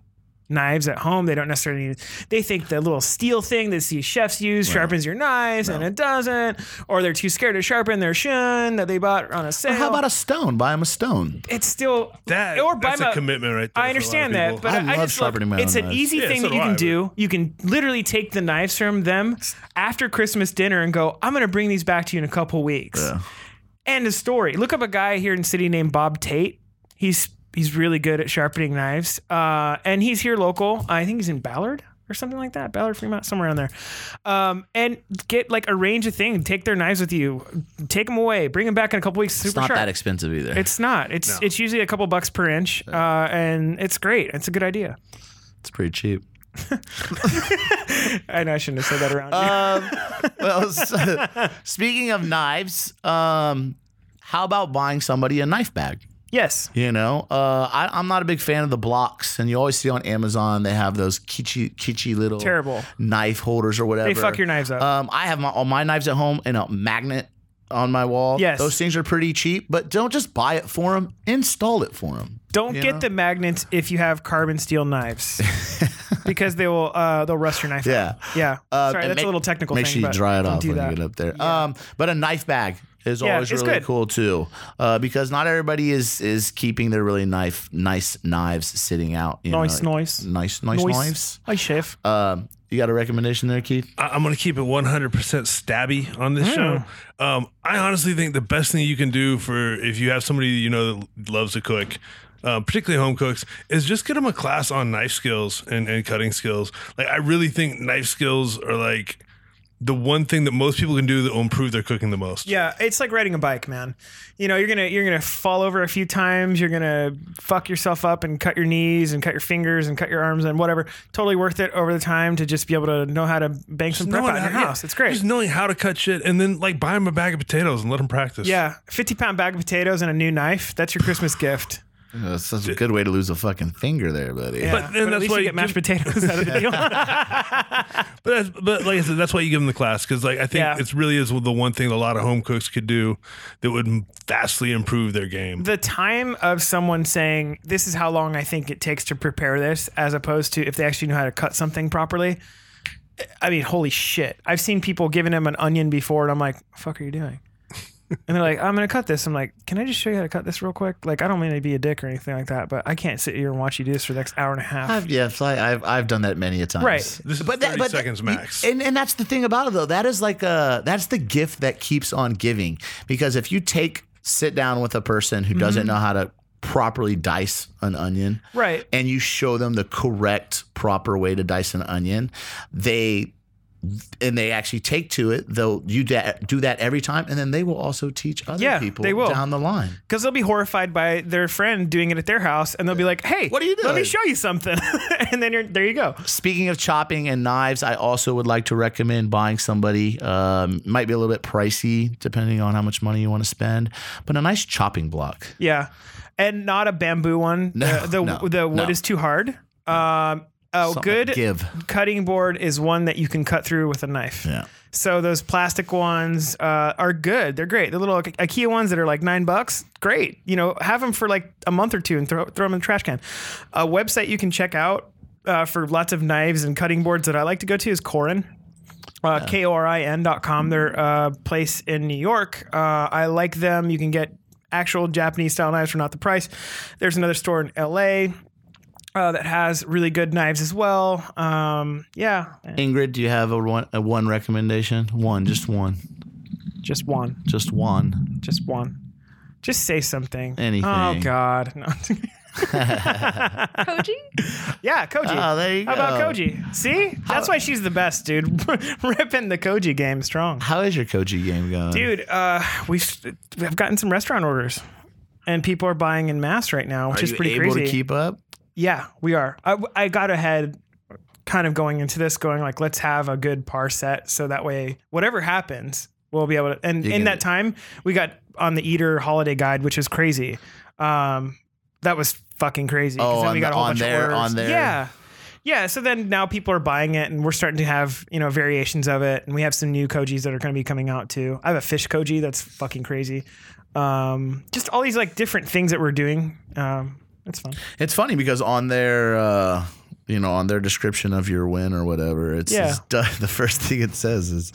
knives at home. They don't necessarily need, they think the little steel thing that see chefs use sharpens your knives and it doesn't, or they're too scared to sharpen their shun that they bought on a sale.
How about a stone? Buy them a stone.
it's still
That
or buy
that's
them
a commitment right there.
I understand
for a lot of
that,
people.
but
I
I,
love
just
sharpening my own
It's an
knives.
easy
Yeah,
thing
so
that you
do
can
I,
do. You can literally take the knives from them after Christmas dinner and go, "I'm going to bring these back to you in a couple weeks." End of story. Look up a guy here in city named Bob Tate. He's he's really good at sharpening knives, uh, and he's here local. I think he's in Ballard. or something like that. Ballard Fremont, somewhere on there. Um, and get like arrange a thing, take their knives with you, take them away, bring them back in a couple weeks. Super
It's not
sharp.
that expensive either. It's,
It's not. It's it's usually a couple bucks per inch, uh, and it's great. It's a good idea.
pretty cheap.
I know I shouldn't have said that around. you.
Uh, well, s- speaking of knives, um, how about buying somebody a knife bag?
yes.
You know, uh, I, I'm not a big fan of the blocks, and you always see on Amazon they have those kitschy, kitschy little
Terrible.
knife holders or whatever.
fuck your knives up.
Um, I have my, all my knives at home and a magnet on my wall.
Yes.
those things are pretty cheap, but don't just buy it for them. Install it for them.
Don't get the magnets if you have carbon steel knives, because they will uh, they'll rust your knife.
Yeah. Uh,
out. yeah. Sorry, that's a little technical.
Make
thing,
sure you
but
dry it
don't
off
do
when
that.
you get up there. Um, but a knife bag is
Yeah,
always
it's
really
good.
cool too, uh, because not everybody is is keeping their really knife nice knives sitting out. You
Nice
know,
knives.
nice nice
Noise.
knives.
Hi, chef.
Um, you got a recommendation there, Keith?
I- I'm going to keep it 100% stabby on this show.
Hmm.
Um, I honestly think the best thing you can do for if you have somebody you know that loves to cook, uh, particularly home cooks, is just get them a class on knife skills and, and cutting skills. Like, I really think knife skills are like the one thing that most people can do that will improve their cooking the most.
Yeah, it's like riding a bike, man. You know, you're gonna you're gonna fall over a few times. You're gonna fuck yourself up and cut your knees and cut your fingers and cut your arms and whatever. Totally worth it over the time to just be able to know how to bang some prep out in your
how- yeah,
house. It's great.
Just knowing how to cut shit and then like buy them a bag of potatoes and let them practice.
yeah, fifty pound bag of potatoes and a new knife. That's your Christmas gift.
Uh, That's such a good way to lose a fucking finger there, buddy.
Yeah.
But then
at
that's
least
why
you
you
get mashed potatoes out of the deal.
But that's, but like I said, that's why you give them the class because like I think
Yeah.
it's really is the one thing a lot of home cooks could do that would vastly improve their game.
the time of someone saying this is how long I think it takes to prepare this, as opposed to if they actually know how to cut something properly. I mean, holy shit! I've seen people giving them an onion before, and I'm like, "Fuck, are you doing?" And they're like, "I'm gonna cut this." I'm like, "Can I just show you how to cut this real quick?" Like, I don't mean to be a dick or anything like that, but I can't sit here and watch you do this for the next hour and a half.
I've, yes, I, I've I've done that many a times.
Right.
This is 30 seconds max.
And and that's the thing about it though. That is like a that's the gift that keeps on giving because if you take sit down with a person who doesn't know how to properly dice an onion,
Right.
and you show them the correct proper way to dice an onion, they and they actually take to it. They'll you da- do that every time, and then they will also teach other
Yeah,
people
they will.
down the line.
because they'll be horrified by their friend doing it at their house, and they'll be like, "Hey,
What are you
Let me
doing?"
show you something." and then you're there. You go.
Speaking of chopping and knives, I also would like to recommend buying somebody. Um, might be a little bit pricey depending on how much money you want to spend, but a nice chopping block.
Yeah, and not a bamboo one. the the,
no,
the wood
no.
is too hard. Um, a
Something
good
to give.
cutting board is one that you can cut through with a knife.
Yeah.
So those plastic ones uh, are good. They're great. The little I- IKEA ones that are like nine bucks, great. You know, have them for like a month or two and throw throw them in the trash can. A website you can check out uh, for lots of knives and cutting boards that I like to go to is Corin. Uh, K O R I N dot com. Their uh, place in New York. Uh, I like them. You can get actual Japanese style knives for not the price. There's another store in L.A. Uh, that has really good knives as well. Um, yeah,
Ingrid, do you have a one, a one recommendation? One, just one,
just one.
just one.
Just one. Just say something.
Anything.
Oh God. No.
Koji?
yeah, Koji.
Oh, there you
How about
go.
Koji? See, that's why she's the best, dude. Ripping the Koji game strong,
How is your Koji game going?
dude. Uh, we've we've gotten some restaurant orders, and people are buying in mass right now, which
are
is
you
pretty
able
crazy.
to keep up?
Yeah, we are. I, I got ahead kind of going into this, going like, let's have a good par set. So that way, whatever happens, we'll be able to. And in
can-
that time, we got on the Eater holiday guide, which is crazy. Um, that was fucking crazy. 'cause
Oh,
then
on
we got
the-
a whole
on
bunch
their-
of orders.
on their-
Yeah. Yeah, so then now people are buying it, and we're starting to have you know variations of it, and we have some new kojis that are going to be coming out too. I have a fish koji that's fucking crazy. Um, just all these like different things that we're doing. Um, it's fun.
It's funny because on their, uh, you know, on their description of your win or whatever, it's
Yeah.
the first thing it says is,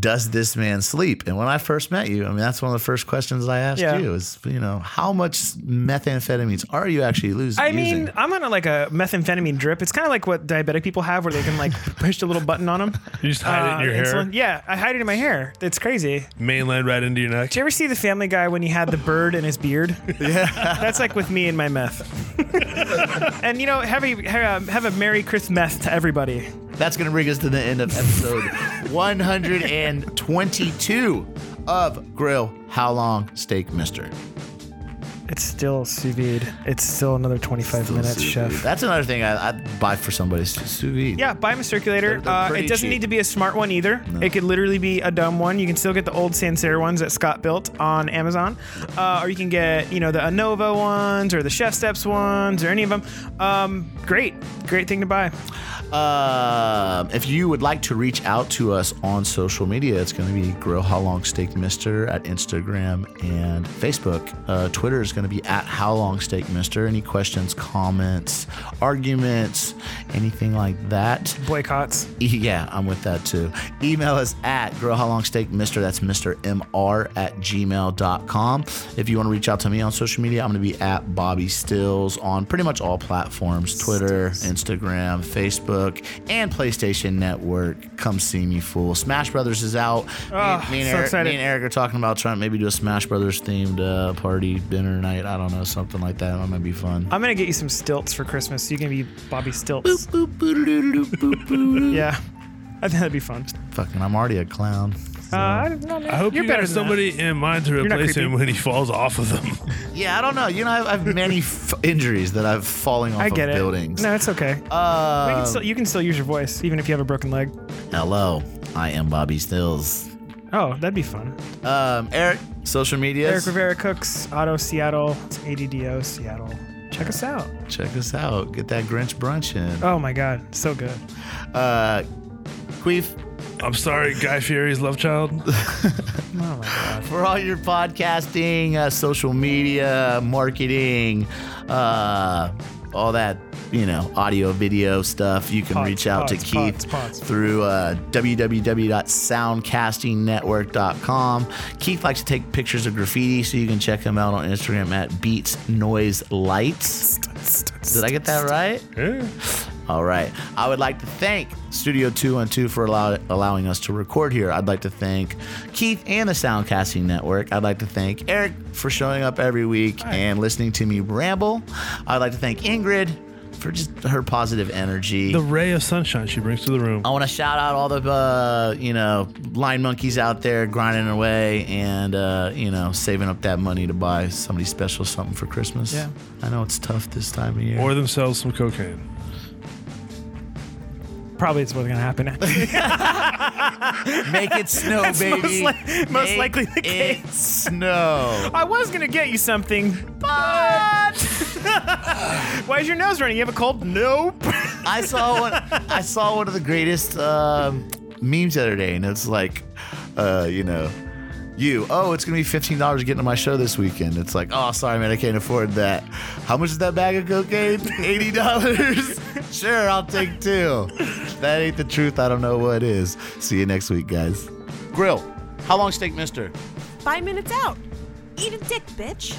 "Does this man sleep?" And when I first met you, I mean, that's one of the first questions I asked
Yeah.
you is, you know, how much methamphetamines are you actually losing?
I mean, I'm on a, like a methamphetamine drip. It's kind of like what diabetic people have, where they can like push a little button on them.
You just hide it in your hair,
uh, Yeah, I hide it in my hair. It's crazy.
mainland right into your neck.
Do you ever see the Family Guy when he had the bird in his beard? Yeah, that's like with me and my meth. and you know, heavy he- uh, heavy, have a Merry Christmas to everybody.
That's going to bring us to the end of episode 122 of Grill How Long Steak Mister.
It's still sous vide. It's still another 25 minutes,
Sous
chef.
vide. That's another thing I, I'd buy for somebody sous vide.
Yeah, buy them a circulator.
They're- they're
uh,
pretty
it doesn't
cheap.
need to be a smart one either. It could literally be a dumb one. You can still get the old Sancerre ones that Scott built on Amazon, uh, or you can get you know the Anova ones or the Chef Steps ones or any of them. Um, great, great thing to buy.
Um, if you would like to reach out to us on social media, it's going to be Grill How Long Steak Mister at Instagram and Facebook. Uh, Twitter is going to be at How Long Steak Mister. Any questions, comments, arguments, anything like that.
Boycotts.
Yeah, I'm with that too. Email us at grow how long steak mister. That's Mr. MR at gmail.com. If you want to reach out to me on social media, I'm going to be at Bobby Stills on pretty much all platforms Twitter, Instagram, Facebook, and PlayStation Network. Come see me, fool. Smash Brothers is out. Me-
Oh,
me, and
so
Eric,
excited.
me and Eric are talking about trying to maybe do a Smash Brothers themed uh, party dinner night. I don't know, something like that. That might be fun.
I'm gonna get you some stilts for Christmas. So you can be Bobby Stilts.
Boop, boop-a-doo-doo-doo, boop, boop.
Yeah, I think that'd be fun.
Fucking, I'm already a clown.
Uh, I, don't know.
I hope
you're
you
better
got
than
somebody in mind to
not
replace him
creepy.
when he falls off of them.
Yeah, I don't know. You know, I've, I've many f- injuries that I've falling off
That. I get
of
it.
buildings.
No, it's okay.
Uh,
you, can still, you can still use your voice even if you have a broken leg.
hello, I am Bobby Stills.
Oh, that'd be fun.
Um, Eric, social media.
Eric Rivera Cooks, Auto Seattle, it's ADDO Seattle. Check us out.
Check us out. Get that Grinch brunch in.
Oh my God, so good.
Uh, Queef,
I'm sorry, Guy Fieri's love child.
Oh my God.
for all your podcasting, uh, social media, marketing, uh, all that, you know, audio, video stuff, you can
Pods,
reach out to
pods,
Keith
pods, pods.
through uh, www.soundcastingnetwork.com. Keith likes to take pictures of graffiti, so you can check him out on Instagram at Beats Noise Lights. Did I get that right?
Yeah.
All right. I would like to thank Studio 212 for allow- allowing us to record here. I'd like to thank Keith and the Soundcasting Network. I'd like to thank Eric for showing up every week and listening to me ramble. I'd like to thank Ingrid for just her positive energy.
The ray of sunshine she brings to the room.
Um,
I want to shout out all the uh, you know line monkeys out there grinding away and uh, you know saving up that money to buy somebody special something for Christmas.
Yeah.
I know it's tough this time of year.
Or themselves some cocaine.
Probably it's what's gonna happen.
Make it snow, baby.
most li- most
Make
likely the
it
case.
snow.
I was gonna get you something, but why is your nose running? You have a cold? Nope.
I saw one. I saw one of the greatest um, memes the other day, and it's like, uh, you know, you. Oh, it's gonna be fifteen dollars to get into my show this weekend. It's like, oh, sorry, man, I can't afford that. How much is that bag of cocaine? Eighty dollars. sure, I'll take two. If that ain't the truth. I don't know what is. See you next week, guys. Grill. How long steak, Mister?
Five minutes out. Eat a dick, bitch.